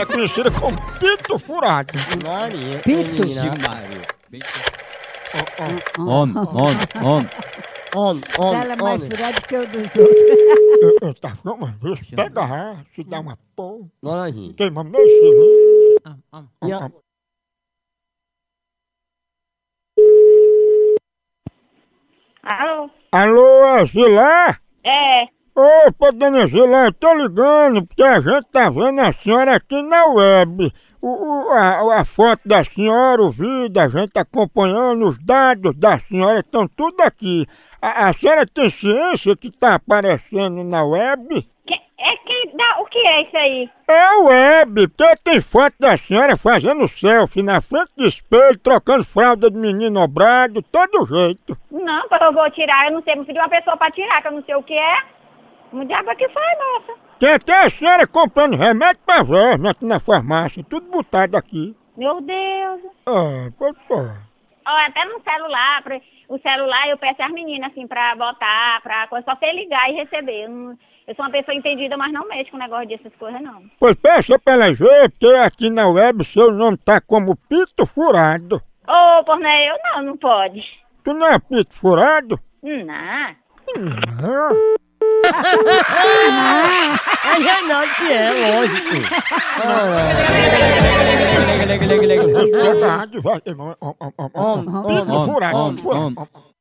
é conhecida como Pito Furado. Maria. Pito. Homem, homem, homem. Homem, Ela homem, é mais homem. furada que eu dos outros. Eu- eu tava- não, mas isso pega a raiva, se dá uma porra. é Bora, gente. Queimamos meu filho. Minha- Alô? Alô, é Zilá? É, Opa, dona Zilá, eu tô ligando porque a gente tá vendo a senhora aqui na web. O, o- a, a foto da senhora, o vídeo, a gente tá acompanhando, os dados da senhora estão tudo aqui. A, a senhora tem ciência que tá aparecendo na web? que, é quem dá, o que é isso aí? É a web, porque tem foto da senhora fazendo selfie na frente do espelho, trocando fralda de menino obrado, todo jeito. Não, eu vou tirar, eu não sei, vou pedir uma pessoa pra tirar, que eu não sei o que é. O diabo é que faz, moça. Tem até a senhora comprando remédio pra verme aqui na farmácia, tudo botado aqui. Meu Deus. Ah, pô, pô. Ó, até no celular, pra- o celular eu peço às meninas, assim, pra botar, pra coisa, só você ligar e receber. Eu, não- eu sou uma pessoa entendida, mas não mexo com negócio dessas coisas, não. Pois peça pra ela ver, porque aqui na web seu nome tá como Pito Furado. Ô, oh, eu não, não pode. Tu não é Pito Furado? Não. Não. É Renato que é, lógico. É Furado, vai. Ó, ó, ó, ó, ó. Homem, homem. Pito Furado. homem, Furado. homem.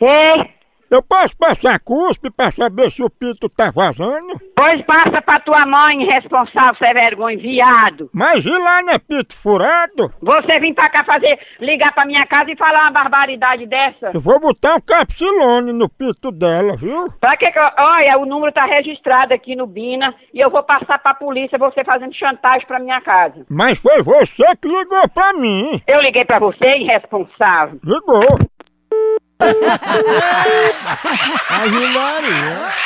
Ei, Eu posso passar cuspe pra saber se o Pito tá vazando? pois passa pra tua mãe, irresponsável, sem vergonha, viado. Mas e lá não é Pito Furado? Você vem pra cá fazer, ligar pra minha casa e falar uma barbaridade dessa? Eu vou botar um capsilone no pito dela, viu? Pra que que eu... Olha, o número tá registrado aqui no Bina e eu vou passar pra polícia você fazendo chantagem pra minha casa. Mas foi você que ligou pra mim. Eu liguei pra você, irresponsável. Ligou. Ai, Maria.